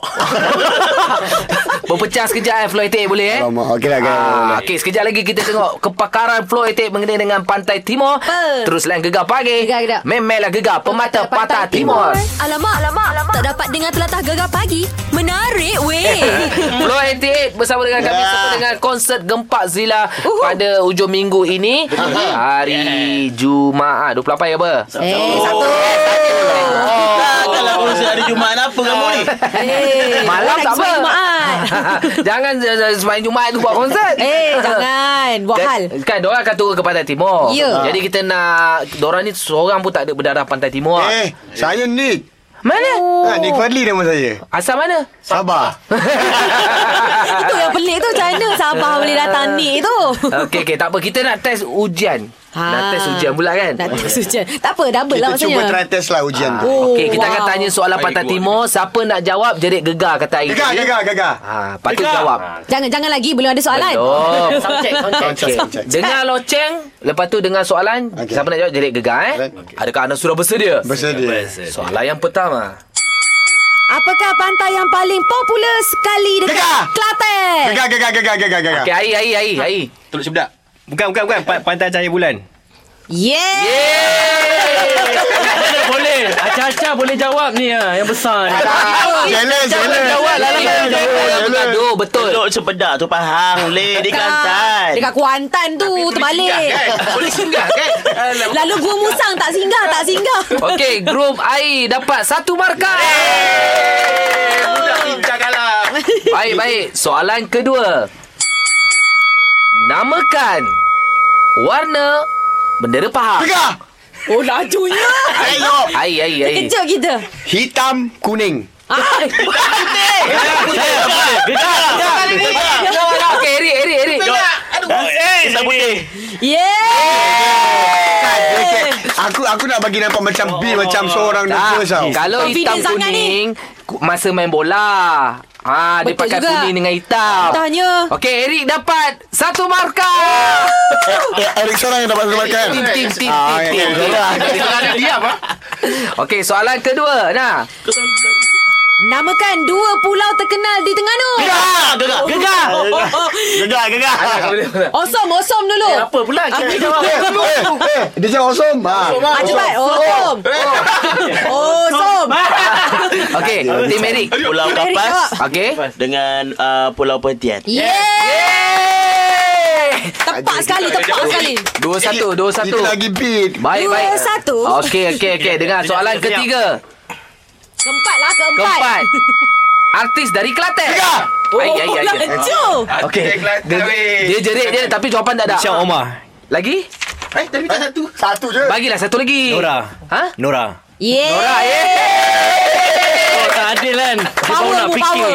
[SPEAKER 2] Berpecah sekejap eh, Floor Etik boleh eh.
[SPEAKER 7] Alamak, okey lah, okey lah, boleh,
[SPEAKER 2] Ah,
[SPEAKER 7] boleh.
[SPEAKER 2] okey, sekejap lagi kita tengok kepakaran Floor Etik mengenai dengan Pantai Timur.
[SPEAKER 3] Apa?
[SPEAKER 2] Terus lain gegar pagi.
[SPEAKER 3] Gegar, gegar.
[SPEAKER 2] Memelah gegar pemata patah timur.
[SPEAKER 1] Alamak, alamak, alamak. Tak dapat dengar telatah gegar pagi. Menarik weh.
[SPEAKER 2] Floor 88 bersama dengan kami
[SPEAKER 6] Ah.
[SPEAKER 2] serta dengan konsert Gempak Zila
[SPEAKER 3] Uhuh.
[SPEAKER 2] pada hujung minggu ini hari Jumaat 28 ya apa?
[SPEAKER 3] Eh, satu.
[SPEAKER 6] Kita kalau urusan hari Jumaat apa kamu ni
[SPEAKER 3] Eh,
[SPEAKER 2] Malam
[SPEAKER 3] lagi
[SPEAKER 2] tak apa.
[SPEAKER 3] semalam Jumaat.
[SPEAKER 2] Jangan eh, semain Jumaat tu buat konsert.
[SPEAKER 3] Eh, jangan. Buat
[SPEAKER 2] Dan-
[SPEAKER 3] hal.
[SPEAKER 2] Kan diorang akan turun ke Pantai Timur
[SPEAKER 3] Ya.
[SPEAKER 2] Jadi kita nak Diorang ni seorang pun tak ada berdarah Pantai Timur
[SPEAKER 7] Eh, saya Nick.
[SPEAKER 2] Mana?
[SPEAKER 7] Oh. Ha, Nick Fadli nama saya.
[SPEAKER 2] Asal mana?
[SPEAKER 7] Sabar.
[SPEAKER 3] Itu yang pelik tu Macam mana Sabah boleh datang ni tu
[SPEAKER 2] Okey okey tak apa kita nak test ujian. Nak
[SPEAKER 3] Ha.
[SPEAKER 2] Um, test ujian pula kan?
[SPEAKER 3] Nak test ujian Tak apa double lah
[SPEAKER 7] Kita
[SPEAKER 3] maksudnya
[SPEAKER 7] cuba try test lah ujian tu.
[SPEAKER 3] Oh,
[SPEAKER 2] Okey kita akan
[SPEAKER 3] wow.
[SPEAKER 2] tanya soalan Pantai Timur, siapa nak jawab jerit gegar kata hari
[SPEAKER 7] Gegar,
[SPEAKER 2] tadi.
[SPEAKER 7] gegar, gegar.
[SPEAKER 2] Ha, patut jawab.
[SPEAKER 3] Jangan jangan lagi Belum ada soalan
[SPEAKER 2] Belum.
[SPEAKER 7] Sound check,
[SPEAKER 2] Okey.
[SPEAKER 7] sound check.
[SPEAKER 2] Dengar loceng, lepas tu dengar soalan,
[SPEAKER 7] Okey.
[SPEAKER 2] siapa nak jawab jerit gegar eh?
[SPEAKER 7] Okey.
[SPEAKER 2] Adakah anda sudah bersedia?
[SPEAKER 7] Bersedia.
[SPEAKER 2] Soalan yang pertama.
[SPEAKER 3] Apakah pantai yang paling popular sekali Dekat
[SPEAKER 7] Gegar.
[SPEAKER 3] Kelantan
[SPEAKER 7] Gegar, gegar, gegar, gegar, gegar.
[SPEAKER 2] Okey, ai ai ai ai.
[SPEAKER 9] Teluk Cebedak. Bukan, bukan, bukan. Pa- Pantai Cahaya Bulan.
[SPEAKER 3] Yeah,
[SPEAKER 8] Mana boleh? Acah-acah boleh jawab ni ah, yang besar ni.
[SPEAKER 7] Jealous, jealous.
[SPEAKER 2] Jawab lah lah. Jangan bergaduh, betul.
[SPEAKER 6] Teluk Cepedak tu Pahang Leh Di
[SPEAKER 3] Dekat,
[SPEAKER 6] Kelantan
[SPEAKER 3] dekat Kuantan tu Terbalik
[SPEAKER 2] Boleh singgah kan? Alamak.
[SPEAKER 3] Lalu gua musang Tak singgah Tak singgah
[SPEAKER 2] Okey, grup I dapat satu markah.
[SPEAKER 6] Budak pincang kalah
[SPEAKER 2] Baik, baik. Soalan kedua. Namakan warna bendera Pahang.
[SPEAKER 7] Gegar.
[SPEAKER 3] Oh lajunya
[SPEAKER 7] Ayo.
[SPEAKER 2] Ai, ai, ai.
[SPEAKER 3] Kejut kita
[SPEAKER 7] Hitam, kuning.
[SPEAKER 3] Ah,
[SPEAKER 2] Jawab lah. Okey, Eri, Eri, Eri.
[SPEAKER 6] Aduh
[SPEAKER 7] Eh,
[SPEAKER 6] Kesan putih
[SPEAKER 3] Yeah
[SPEAKER 7] Kan, dia kan. Aku aku nak bagi nampak macam B Macam seorang nervous tau
[SPEAKER 2] Tak, Ah, kalau hitam
[SPEAKER 3] Confident sangat ni.
[SPEAKER 2] kuning ku- masa main bola. Ha, dia
[SPEAKER 3] Betul
[SPEAKER 2] pakai
[SPEAKER 3] juga.
[SPEAKER 2] kuning dengan hitam.
[SPEAKER 3] Tanya
[SPEAKER 2] Okey, Eric dapat satu markah.
[SPEAKER 7] Eh, Eric seorang yang dapat kebaikan
[SPEAKER 2] Tim, tim, tim,
[SPEAKER 7] Ah,
[SPEAKER 2] tim,
[SPEAKER 7] ya,
[SPEAKER 2] tim.
[SPEAKER 7] ya, ya.
[SPEAKER 2] Okey, soalan kedua. Nah,
[SPEAKER 3] Namakan dua pulau terkenal di Terengganu
[SPEAKER 6] Gegar Gegar Gegar
[SPEAKER 2] Oh,
[SPEAKER 3] Oh,
[SPEAKER 6] Gegar Gegar
[SPEAKER 3] Osom Osom oh, dulu
[SPEAKER 2] apa pula?
[SPEAKER 7] Eh, eh, eh, Dia cakap awesome Ah.
[SPEAKER 3] Ah, cepat Oh, Osom
[SPEAKER 2] Eh.
[SPEAKER 3] Osom
[SPEAKER 2] Okey, tim Eric.
[SPEAKER 6] Pulau Kapas
[SPEAKER 2] Okey.
[SPEAKER 6] Dengan ah, Pulau Pontian
[SPEAKER 3] Yeah
[SPEAKER 2] Yeay!
[SPEAKER 3] Tepat sekali Tepat sekali
[SPEAKER 2] Dua satu, dua satu.
[SPEAKER 7] Itu lagi beat
[SPEAKER 3] Dua,
[SPEAKER 2] Baik, baik.
[SPEAKER 3] satu.
[SPEAKER 2] Okey, okey, okey. Dengar soalan ketiga.
[SPEAKER 3] Keempat lah keempat Oh,
[SPEAKER 2] Keempat. Artis dari Kelantan. Ai, ai, ai, ai.
[SPEAKER 3] laju
[SPEAKER 2] Okey. Dia, dia jerit je tapi jawapan tak ada.
[SPEAKER 8] Syah Omar.
[SPEAKER 2] Lagi?
[SPEAKER 7] Eh, tadi tak satu Satu je
[SPEAKER 2] Bagilah satu lagi.
[SPEAKER 8] Nora.
[SPEAKER 2] Ha?
[SPEAKER 8] Nora.
[SPEAKER 3] Yeah
[SPEAKER 2] Nora, eh.
[SPEAKER 8] Oh, tak adil kan? Dia
[SPEAKER 3] Power
[SPEAKER 8] baru nak
[SPEAKER 3] mu,
[SPEAKER 8] fikir.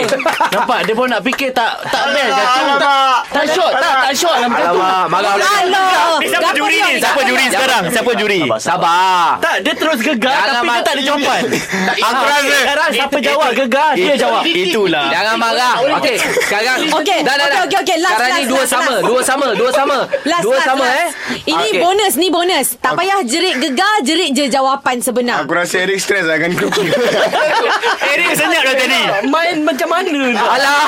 [SPEAKER 8] Nampak? Dia baru nak fikir tak tak best dah tu. Tak shot, tak tak shot dalam tu.
[SPEAKER 2] Alamak, marah pula.
[SPEAKER 3] Alah Gapo dia? Gapo dia?
[SPEAKER 8] sekarang? Siapa juri?
[SPEAKER 2] Sabar.
[SPEAKER 8] Tak, dia terus gegar
[SPEAKER 2] Jangan
[SPEAKER 8] tapi dia
[SPEAKER 2] mak-
[SPEAKER 8] tak ada jawapan.
[SPEAKER 7] Aku rasa
[SPEAKER 8] Sekarang siapa jawab gegar,
[SPEAKER 6] Ah,
[SPEAKER 8] dia jawab. Itulah.
[SPEAKER 2] Jangan marah. Okey, sekarang
[SPEAKER 3] Okey,
[SPEAKER 2] dah dah
[SPEAKER 3] okey,
[SPEAKER 2] dah.
[SPEAKER 3] okey, okey. Last,
[SPEAKER 2] sekarang ni
[SPEAKER 3] last,
[SPEAKER 2] dua
[SPEAKER 3] last,
[SPEAKER 2] sama,
[SPEAKER 3] last.
[SPEAKER 2] dua sama, dua sama.
[SPEAKER 3] Last,
[SPEAKER 2] dua
[SPEAKER 3] last,
[SPEAKER 2] sama
[SPEAKER 3] last.
[SPEAKER 2] eh.
[SPEAKER 3] Ini
[SPEAKER 2] Okey. Ah.
[SPEAKER 3] bonus Ni bonus Tak payah jerit gegar Jerit je jawapan sebenar
[SPEAKER 7] Aku rasa Eric stress lah kan grup ni
[SPEAKER 8] Eric senyap dah tadi. Main macam mana?
[SPEAKER 2] Alah.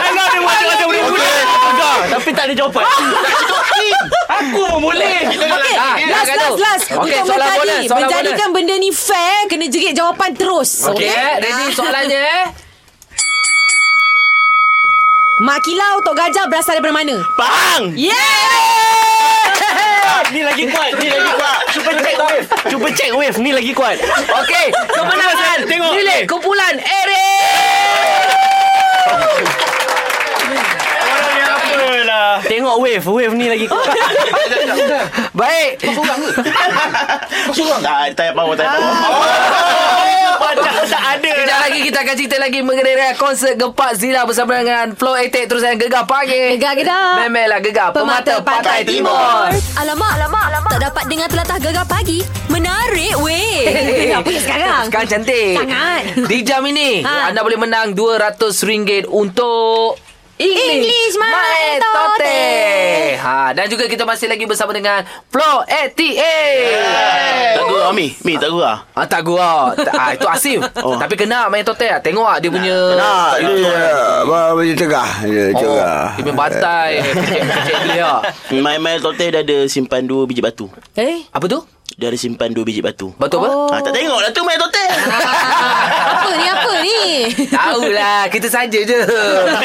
[SPEAKER 8] Alah dia buat macam boleh boleh. Gegar tapi tak ada jawapan. Aku pun boleh.
[SPEAKER 3] Okay,
[SPEAKER 2] Ah, jangan
[SPEAKER 3] last,
[SPEAKER 2] gaduh.
[SPEAKER 3] last, last.
[SPEAKER 2] Okey,
[SPEAKER 3] Untuk
[SPEAKER 2] soalan
[SPEAKER 3] soalan
[SPEAKER 2] bonus, soalan
[SPEAKER 3] menjadikan benda ni fair, kena jerit jawapan terus.
[SPEAKER 2] Okey, eh. ready soalannya eh.
[SPEAKER 3] Mak Kilau, Tok Gajah berasal daripada mana?
[SPEAKER 6] Pahang
[SPEAKER 3] Yeah!
[SPEAKER 8] Ni lagi kuat, ni lagi kuat. Cuba check wave. Cuba check wave, ni lagi kuat.
[SPEAKER 2] Okey, kemenangan.
[SPEAKER 8] Tengok.
[SPEAKER 2] Milik kumpulan Eric.
[SPEAKER 8] Orang yang apalah. Tengok wave, wave ni lagi kuat.
[SPEAKER 2] Baik.
[SPEAKER 6] Tak tak payah power Tak payah power
[SPEAKER 8] Padahal tak ada.
[SPEAKER 2] Sekejap lagi kita akan cerita lagi mengenai konsert Gempak Zila bersama dengan Flow Attack terus yang gegar pagi.
[SPEAKER 3] Gegar gedak.
[SPEAKER 2] Memelah gegar pemata, Pantai, Timur.
[SPEAKER 1] Alamak, alamak, alamak. Tak dapat dengar telatah gegar pagi. Menarik weh.
[SPEAKER 3] Eh, Apa yang sekarang?
[SPEAKER 2] Sekarang cantik
[SPEAKER 3] Sangat.
[SPEAKER 2] Di jam ini
[SPEAKER 3] Ha.
[SPEAKER 2] Anda boleh menang RM200 untuk English,
[SPEAKER 3] English Mai
[SPEAKER 2] Mai
[SPEAKER 3] Tote.
[SPEAKER 2] Ha, dan juga kita masih lagi bersama dengan Flo ATA.
[SPEAKER 6] Tak gurau Mi Mi tak gurau
[SPEAKER 2] Ah, tak gua. Ta- Ah, itu Asif. Oh. Tapi kena main tote ah. Tengok ah dia punya
[SPEAKER 7] Ah, dia lah. apa dia tegah. Dia
[SPEAKER 2] Oh,
[SPEAKER 7] tegah.
[SPEAKER 2] dia punya bantai kecil ah. dia.
[SPEAKER 6] Main-main tote dah ada simpan dua biji batu
[SPEAKER 3] Eh?
[SPEAKER 2] Apa tu?
[SPEAKER 6] Dia ada simpan dua biji batu
[SPEAKER 2] Batu apa?
[SPEAKER 6] ha, Tak tengok lah tu main tote
[SPEAKER 2] Ah,
[SPEAKER 3] apa ni apa ni?
[SPEAKER 2] Tahulah Kita saja je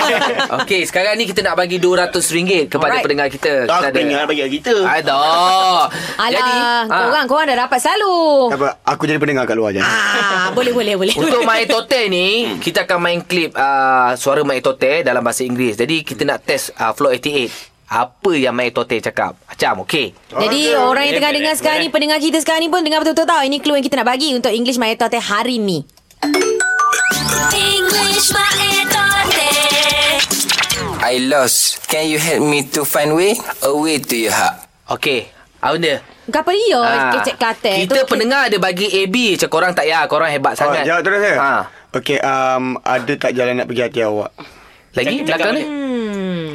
[SPEAKER 2] Okey sekarang ni Kita nak bagi RM200 Kepada
[SPEAKER 3] Alright.
[SPEAKER 2] pendengar kita
[SPEAKER 6] Tak
[SPEAKER 2] Kita ada Ah,
[SPEAKER 6] pengen lah bagi kat kita
[SPEAKER 2] Aduh Jadi
[SPEAKER 3] Alah,
[SPEAKER 2] ah,
[SPEAKER 3] korang korang dah dapat selalu.
[SPEAKER 7] Apa aku jadi pendengar kat luar je.
[SPEAKER 3] Oh. Ah, boleh boleh boleh.
[SPEAKER 2] Untuk Mai Tote ni
[SPEAKER 6] Hmm.
[SPEAKER 2] Kita akan main klip uh, Suara Mai Tote Dalam bahasa Inggeris Jadi kita nak test uh, Flow 88 Apa yang Mai Tote cakap Macam okey
[SPEAKER 3] Jadi okay. orang yang tengah dengar sekarang ni Pendengar kita sekarang ni pun Dengar betul-betul tau Ini clue yang kita nak bagi Untuk English Maya Tote hari ni
[SPEAKER 1] English Mai Tote.
[SPEAKER 10] I lost. Can you help me to find way? A way to your heart.
[SPEAKER 2] Okey Aunda
[SPEAKER 3] Kenapa dia
[SPEAKER 2] Ah,
[SPEAKER 3] Kecek Kelantan
[SPEAKER 2] Kita pendengar dia bagi AB Macam korang tak ya Korang hebat
[SPEAKER 6] Ah,
[SPEAKER 7] Oh,
[SPEAKER 2] sangat
[SPEAKER 7] jawab
[SPEAKER 6] eh.
[SPEAKER 7] terus ya?
[SPEAKER 2] Ha.
[SPEAKER 7] Okay, um, ada tak jalan nak pergi hati awak?
[SPEAKER 2] Lagi belakang ni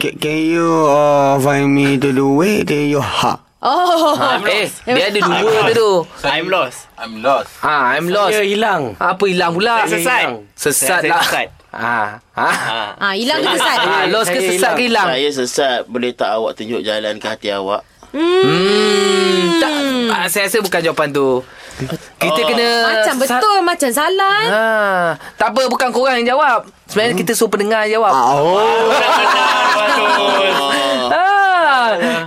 [SPEAKER 7] Can, can you uh, find me to the way to your heart?
[SPEAKER 3] Oh Ah,
[SPEAKER 2] ha, Eh Dia ada dua tu tu
[SPEAKER 9] I'm lost
[SPEAKER 10] I'm lost.
[SPEAKER 2] Ha, I'm lost
[SPEAKER 8] Dia hilang
[SPEAKER 2] Ah, Apa hilang pula?
[SPEAKER 8] Saya Sesat. hilang.
[SPEAKER 2] Sesat
[SPEAKER 8] Saya- saya
[SPEAKER 2] lah.
[SPEAKER 8] sesat.
[SPEAKER 2] Ah. Ah.
[SPEAKER 3] Ah, hilang ke sesat?
[SPEAKER 2] Ah, lost ke
[SPEAKER 8] Saya
[SPEAKER 2] sesat ke hilang?
[SPEAKER 6] Saya sesat Boleh tak awak tunjuk jalan ke hati awak
[SPEAKER 2] Hmm, tak, ah, saya rasa bukan jawapan tu. Kita kena
[SPEAKER 3] Macam betul Macam salah eh.
[SPEAKER 2] Ha, tak apa bukan korang yang jawab. Sebenarnya kita suruh pendengar yang jawab.
[SPEAKER 7] Ah, oh.
[SPEAKER 2] Ah.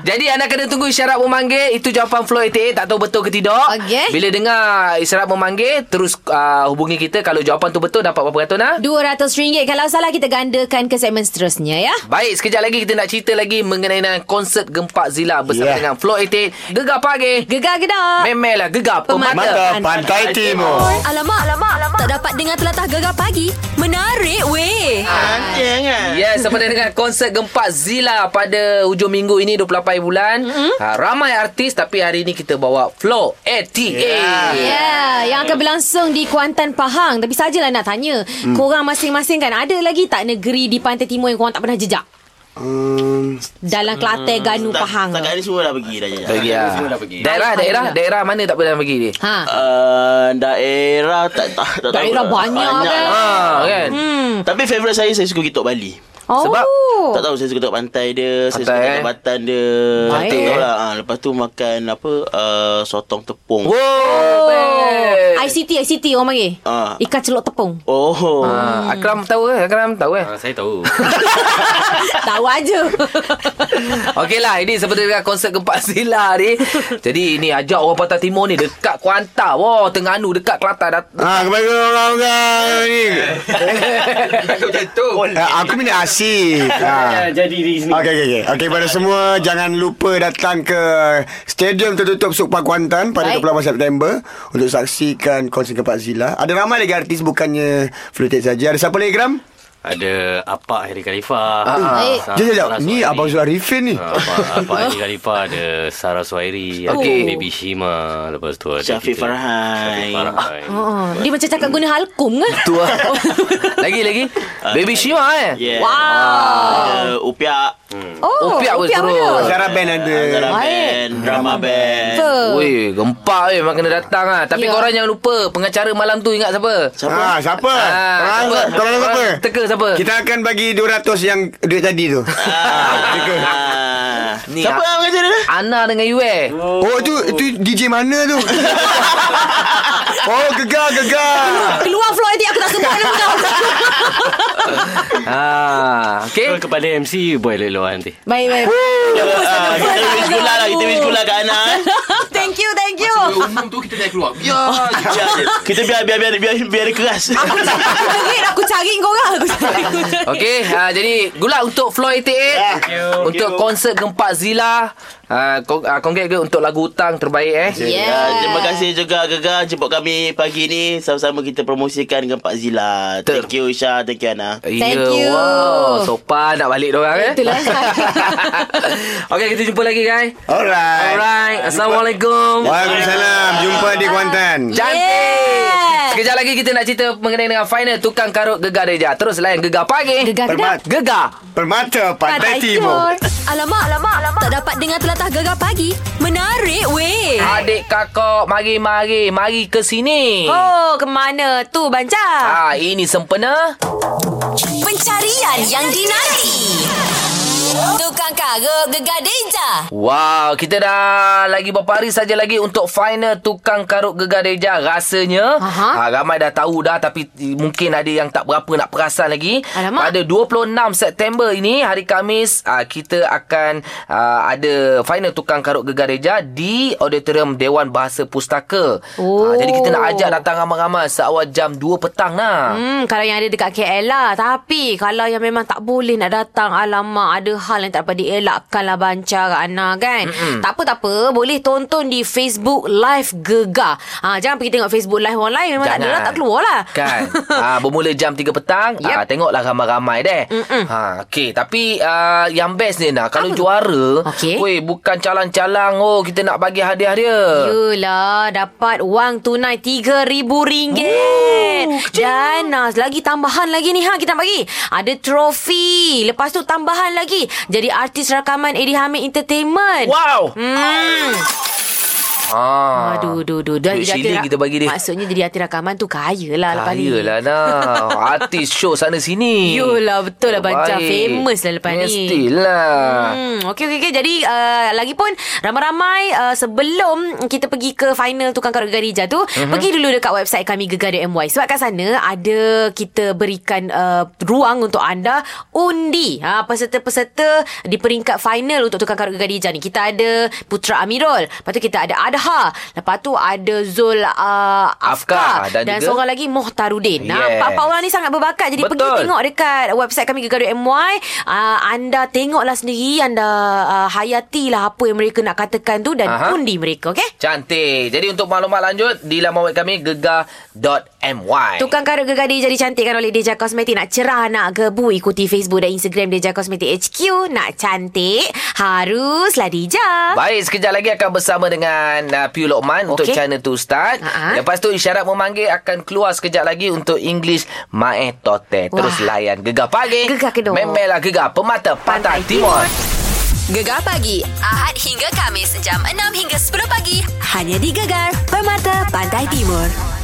[SPEAKER 2] Jadi anda kena tunggu isyarat memanggil Itu jawapan Flow 88 Tak tahu betul ke tidak
[SPEAKER 3] Okey.
[SPEAKER 2] Bila dengar isyarat memanggil Terus uh, hubungi kita Kalau jawapan tu betul Dapat berapa ratus nak
[SPEAKER 3] RM200 Kalau salah kita gandakan Ke segmen seterusnya ya
[SPEAKER 2] Baik, sekejap lagi kita nak cerita lagi mengenai dengan konsert Gempak Zila bersama yeah.
[SPEAKER 7] Yeah.
[SPEAKER 2] dengan Flow 88. Gegar pagi.
[SPEAKER 3] Gegar gedak
[SPEAKER 2] Memelah gegar pemata.
[SPEAKER 3] Pemata.
[SPEAKER 7] Mata pantai timur.
[SPEAKER 1] Alamak, alamak, alamak. Tak dapat dengar telatah gegar pagi. Menarik weh.
[SPEAKER 2] Ah,
[SPEAKER 6] Anjing kan
[SPEAKER 2] Yes, sama dengan konsert Gempak Zila pada hujung minggu ini 28 bulan. Mm-hmm. Ha, ramai artis tapi hari ini kita bawa Flow
[SPEAKER 3] Ya,
[SPEAKER 2] 88. Yeah.
[SPEAKER 3] yeah, yang akan berlangsung di Kuantan Pahang. Tapi sajalah nak tanya, korang masing-masing kan ada lagi tak negeri di pantai timur yang korang tak pernah jejak?
[SPEAKER 7] Um,
[SPEAKER 3] Dalam Kelantan, Ganu, Pahang.
[SPEAKER 6] Setakat ni semua dah pergi dah jalan
[SPEAKER 2] Bagi ah. Daerah daerah daerah mana tak boleh bagi dia?
[SPEAKER 3] Ha.
[SPEAKER 6] Uh, daerah tak tak tak tahu
[SPEAKER 3] Daerah
[SPEAKER 6] lah.
[SPEAKER 3] banyak, kan?
[SPEAKER 2] Ha, kan?
[SPEAKER 6] Hmm. Tapi favorite saya saya suka Kitok Bali.
[SPEAKER 3] Oh.
[SPEAKER 6] Sebab tak tahu saya suka tengok pantai dia, saya suka
[SPEAKER 2] Pantai,
[SPEAKER 6] tengok
[SPEAKER 2] eh?
[SPEAKER 6] batan dia.
[SPEAKER 2] Baik,
[SPEAKER 6] Tak tahu
[SPEAKER 2] eh.
[SPEAKER 6] lah. Ha, lepas tu makan apa uh, sotong tepung.
[SPEAKER 2] Wow.
[SPEAKER 3] Oh.
[SPEAKER 2] Oh.
[SPEAKER 3] ICT, ICT orang panggil.
[SPEAKER 6] Ah.
[SPEAKER 3] Ikan celok tepung.
[SPEAKER 6] Oh.
[SPEAKER 2] Ha, Akram tahu ke? Akram tahu ke?
[SPEAKER 9] Ah, Saya tahu
[SPEAKER 3] Tahu aja.
[SPEAKER 2] Okey lah Ini seperti dengan konsert Gempak Sila ni Jadi ni ajak orang Pantai Timur ni Dekat Kuantan Wah Tengganu Dekat Kelantan dah,
[SPEAKER 7] ah, kepada orang-orang ni.
[SPEAKER 9] Takut jatuh
[SPEAKER 2] Oh,
[SPEAKER 7] Ah, aku minat asif. Ah.
[SPEAKER 8] Jadi di sini
[SPEAKER 7] Okey okey okey. Okey pada semua jangan lupa datang ke Stadium Tertutup Sukma Kuantan pada
[SPEAKER 3] Baik.
[SPEAKER 7] 28 September untuk saksikan konsert Kepak Zila. Ada ramai lagi artis bukannya Flutet saja. Ada siapa lagi Gram?
[SPEAKER 9] Ada Apak Harry Khalifah
[SPEAKER 3] Eh.
[SPEAKER 9] Sa-
[SPEAKER 7] Jom jom jom.
[SPEAKER 9] Sarah
[SPEAKER 7] Ni
[SPEAKER 9] Suhairi.
[SPEAKER 7] Abang Zulharifin ni.
[SPEAKER 9] Ah, Apak, Apak Harry Khalifah Ada Sarah Suhairi
[SPEAKER 3] Oh.
[SPEAKER 9] Ada
[SPEAKER 2] Okey.
[SPEAKER 9] Baby Shima Lepas tu ada
[SPEAKER 6] Syafiq
[SPEAKER 9] kita-
[SPEAKER 6] Farhan.
[SPEAKER 9] Syafiq Farhan
[SPEAKER 3] oh, dia macam cakap guna halkum kan?
[SPEAKER 2] Tu lah Lagi lagi Baby Shima eh
[SPEAKER 6] Yeah.
[SPEAKER 3] Wow.
[SPEAKER 6] Ada upiak.
[SPEAKER 3] Oh,
[SPEAKER 2] Upiak pun
[SPEAKER 3] upiak
[SPEAKER 2] suruh.
[SPEAKER 3] mana?
[SPEAKER 7] Zara Band ada.
[SPEAKER 6] Antara
[SPEAKER 3] Baik.
[SPEAKER 6] band, drama band.
[SPEAKER 3] Apa?
[SPEAKER 2] Weh, gempak weh memang kena datang ah.
[SPEAKER 3] Ya.
[SPEAKER 2] Tapi yeah. korang jangan lupa pengacara malam tu ingat siapa?
[SPEAKER 6] Siapa?
[SPEAKER 7] Ah, siapa? Ah,
[SPEAKER 2] siapa?
[SPEAKER 7] Korang nak siapa?
[SPEAKER 2] Korang teka siapa?
[SPEAKER 7] Kita akan bagi 200 yang duit tadi tu. Ah, teka.
[SPEAKER 6] Ah.
[SPEAKER 2] Ni,
[SPEAKER 6] siapa
[SPEAKER 2] ah.
[SPEAKER 6] yang kerja dia?
[SPEAKER 2] Ana dengan you eh.
[SPEAKER 7] Oh tu tu DJ mana tu? oh gegar gegar.
[SPEAKER 3] Keluar floor nanti aku tak sebut nama kau.
[SPEAKER 2] ha, okey.
[SPEAKER 9] So, kepada MC Boleh elok-elok nanti
[SPEAKER 3] Baik, baik.
[SPEAKER 6] Ah, kita wish gula lah, kita wish gula kat anak. eh.
[SPEAKER 3] thank you, thank you.
[SPEAKER 10] Umum tu kita dah keluar. Biar.
[SPEAKER 6] Biar dia- Kita biar biar biar biar biar dia keras.
[SPEAKER 3] Duit aku cari korang. Aku cari.
[SPEAKER 2] Okey, ha, jadi gula untuk Floor 88 Untuk konsert Gempak Zila ha, kong, ha, Konggit ke untuk lagu Hutang terbaik eh
[SPEAKER 6] Ya,
[SPEAKER 3] Yeah.
[SPEAKER 6] terima kasih juga Gegar jemput kami pagi ni sama-sama kita promosikan dengan Pak Zila.
[SPEAKER 2] Betul.
[SPEAKER 6] Thank you Isha, thank you Ana.
[SPEAKER 3] Thank
[SPEAKER 2] Ya,
[SPEAKER 3] you.
[SPEAKER 2] Wow, sopan nak balik diorang eh
[SPEAKER 3] Itulah.
[SPEAKER 2] Okey, kita jumpa lagi guys
[SPEAKER 7] Alright.
[SPEAKER 2] Alright, Assalamualaikum
[SPEAKER 7] Waalaikumsalam. Jumpa di Kuantan.
[SPEAKER 2] Cantik
[SPEAKER 3] Yeah.
[SPEAKER 2] Sekejap lagi kita nak cerita mengenai dengan final tukang karut gegar Deja. Terus layan gegar pagi.
[SPEAKER 3] Gegar
[SPEAKER 7] Permat,
[SPEAKER 2] Gegar.
[SPEAKER 7] permata Pantai
[SPEAKER 3] Pantai
[SPEAKER 7] Timur.
[SPEAKER 1] Alamak, alamak, alamak. Tak dapat dengar telatah gegar pagi. Menarik weh.
[SPEAKER 2] Adik kakak, mari mari, mari ke sini.
[SPEAKER 3] Oh, ke mana tu Banca?
[SPEAKER 2] Ah, ini sempena
[SPEAKER 1] Pencarian yang dinanti. Tukang karut gegar deja.
[SPEAKER 2] Wow, kita dah lagi beberapa hari saja lagi untuk final tukang karut gegar Deja. Rasanya
[SPEAKER 3] Aha.
[SPEAKER 2] ha, ramai dah tahu dah tapi eh, mungkin ada yang tak berapa nak perasan lagi.
[SPEAKER 3] Alamak.
[SPEAKER 2] Pada 26 September ini hari Khamis ha, kita akan ha, ada final tukang karut gegar Deja di auditorium Dewan Bahasa Pustaka. Ah,
[SPEAKER 3] Oh.
[SPEAKER 2] jadi kita nak ajak datang ramai-ramai seawal jam 2 petang lah.
[SPEAKER 3] Hmm, kalau yang ada dekat KL lah. Tapi kalau yang memang tak boleh nak datang, alamak, ada hal yang tak dapat dielakkan lah Banca Kak Ana kan. Mm-mm. Tak apa, tak apa. Boleh tonton di Facebook Live Gegar. Ha, jangan pergi tengok Facebook Live orang lain. Memang tak ada lah, tak keluar lah.
[SPEAKER 2] Kan ha, Bermula jam 3 petang yep. ha, Tengoklah ramai-ramai deh
[SPEAKER 3] Mm-mm.
[SPEAKER 2] ha, Okay Tapi uh, yang best ni nak Kalau juara
[SPEAKER 3] Okey.
[SPEAKER 2] weh, Bukan calang-calang Oh kita nak bagi hadiah dia
[SPEAKER 3] Yelah, dapat wang tunai RM3,000. Dan ah, lagi tambahan lagi ni ha kita nak bagi. Ada trofi. Lepas tu tambahan lagi. Jadi artis rakaman Eddie Hamid Entertainment.
[SPEAKER 2] Wow
[SPEAKER 3] Hmm.
[SPEAKER 2] ha.
[SPEAKER 3] Aduh, aduh, aduh. Dan
[SPEAKER 2] Duit
[SPEAKER 3] jadi
[SPEAKER 2] sila
[SPEAKER 3] ra-
[SPEAKER 2] kita bagi dia
[SPEAKER 3] Maksudnya jadi artis rakaman tu kaya lah lepas ni.
[SPEAKER 2] Kaya lah nak Artis show sana sini
[SPEAKER 3] Yolah, betul lah, Banca.
[SPEAKER 2] Baik.
[SPEAKER 3] Famous lah lepas ni.
[SPEAKER 2] Mestilah
[SPEAKER 3] Hmm, okey okey okey. Jadi uh, lagi pun ramai-ramai uh, sebelum kita pergi ke final tukang karut gegar Rija tu,
[SPEAKER 2] Mhm.
[SPEAKER 3] mm-hmm. pergi dulu dekat website kami gegar.my sebab kat sana ada kita berikan uh, ruang untuk anda undi ha, peserta-peserta di peringkat final untuk tukang karut gegar Rija ni. Kita ada Putra Amirul, lepas tu kita ada Adha, lepas tu ada Zul uh, Afka
[SPEAKER 2] Afkar
[SPEAKER 3] dan,
[SPEAKER 2] dan
[SPEAKER 3] dan
[SPEAKER 2] juga-
[SPEAKER 3] seorang lagi Mohtarudin. Yes.
[SPEAKER 2] Yes.
[SPEAKER 3] Nah, empat orang ni sangat berbakat jadi pergi
[SPEAKER 2] Betul.
[SPEAKER 3] tengok tengok dekat website kami Gegaduh MY uh, anda tengoklah sendiri anda uh, hayatilah apa yang mereka nak katakan tu dan
[SPEAKER 2] Aha.
[SPEAKER 3] Aha. undi mereka okey
[SPEAKER 2] Cantik Jadi untuk maklumat lanjut Di laman web kami Gegar.my
[SPEAKER 3] Tukang karut gegar dia jadi cantikkan oleh Deja Cosmetic Nak cerah, nak gebu Ikuti Facebook dan Instagram Deja Cosmetic HQ Nak cantik Haruslah Deja
[SPEAKER 2] Baik, sekejap lagi akan bersama dengan uh, Piu Lokman okay. untuk
[SPEAKER 3] Okey.
[SPEAKER 2] channel tu Ustaz.
[SPEAKER 3] Ha-ha.
[SPEAKER 2] Uh-huh. Lepas tu isyarat memanggil akan keluar sekejap lagi untuk English Mae Tote. Terus
[SPEAKER 3] Wah.
[SPEAKER 2] layan Gegar Pagi.
[SPEAKER 3] Gegar Kedong.
[SPEAKER 2] Memelah Gegar Pemata
[SPEAKER 3] Pantai
[SPEAKER 2] Pantai, Pantai Timur.
[SPEAKER 1] Gegar pagi Ahad hingga Kamis jam 6 hingga 10 pagi hanya di Gegar Permata Pantai Timur.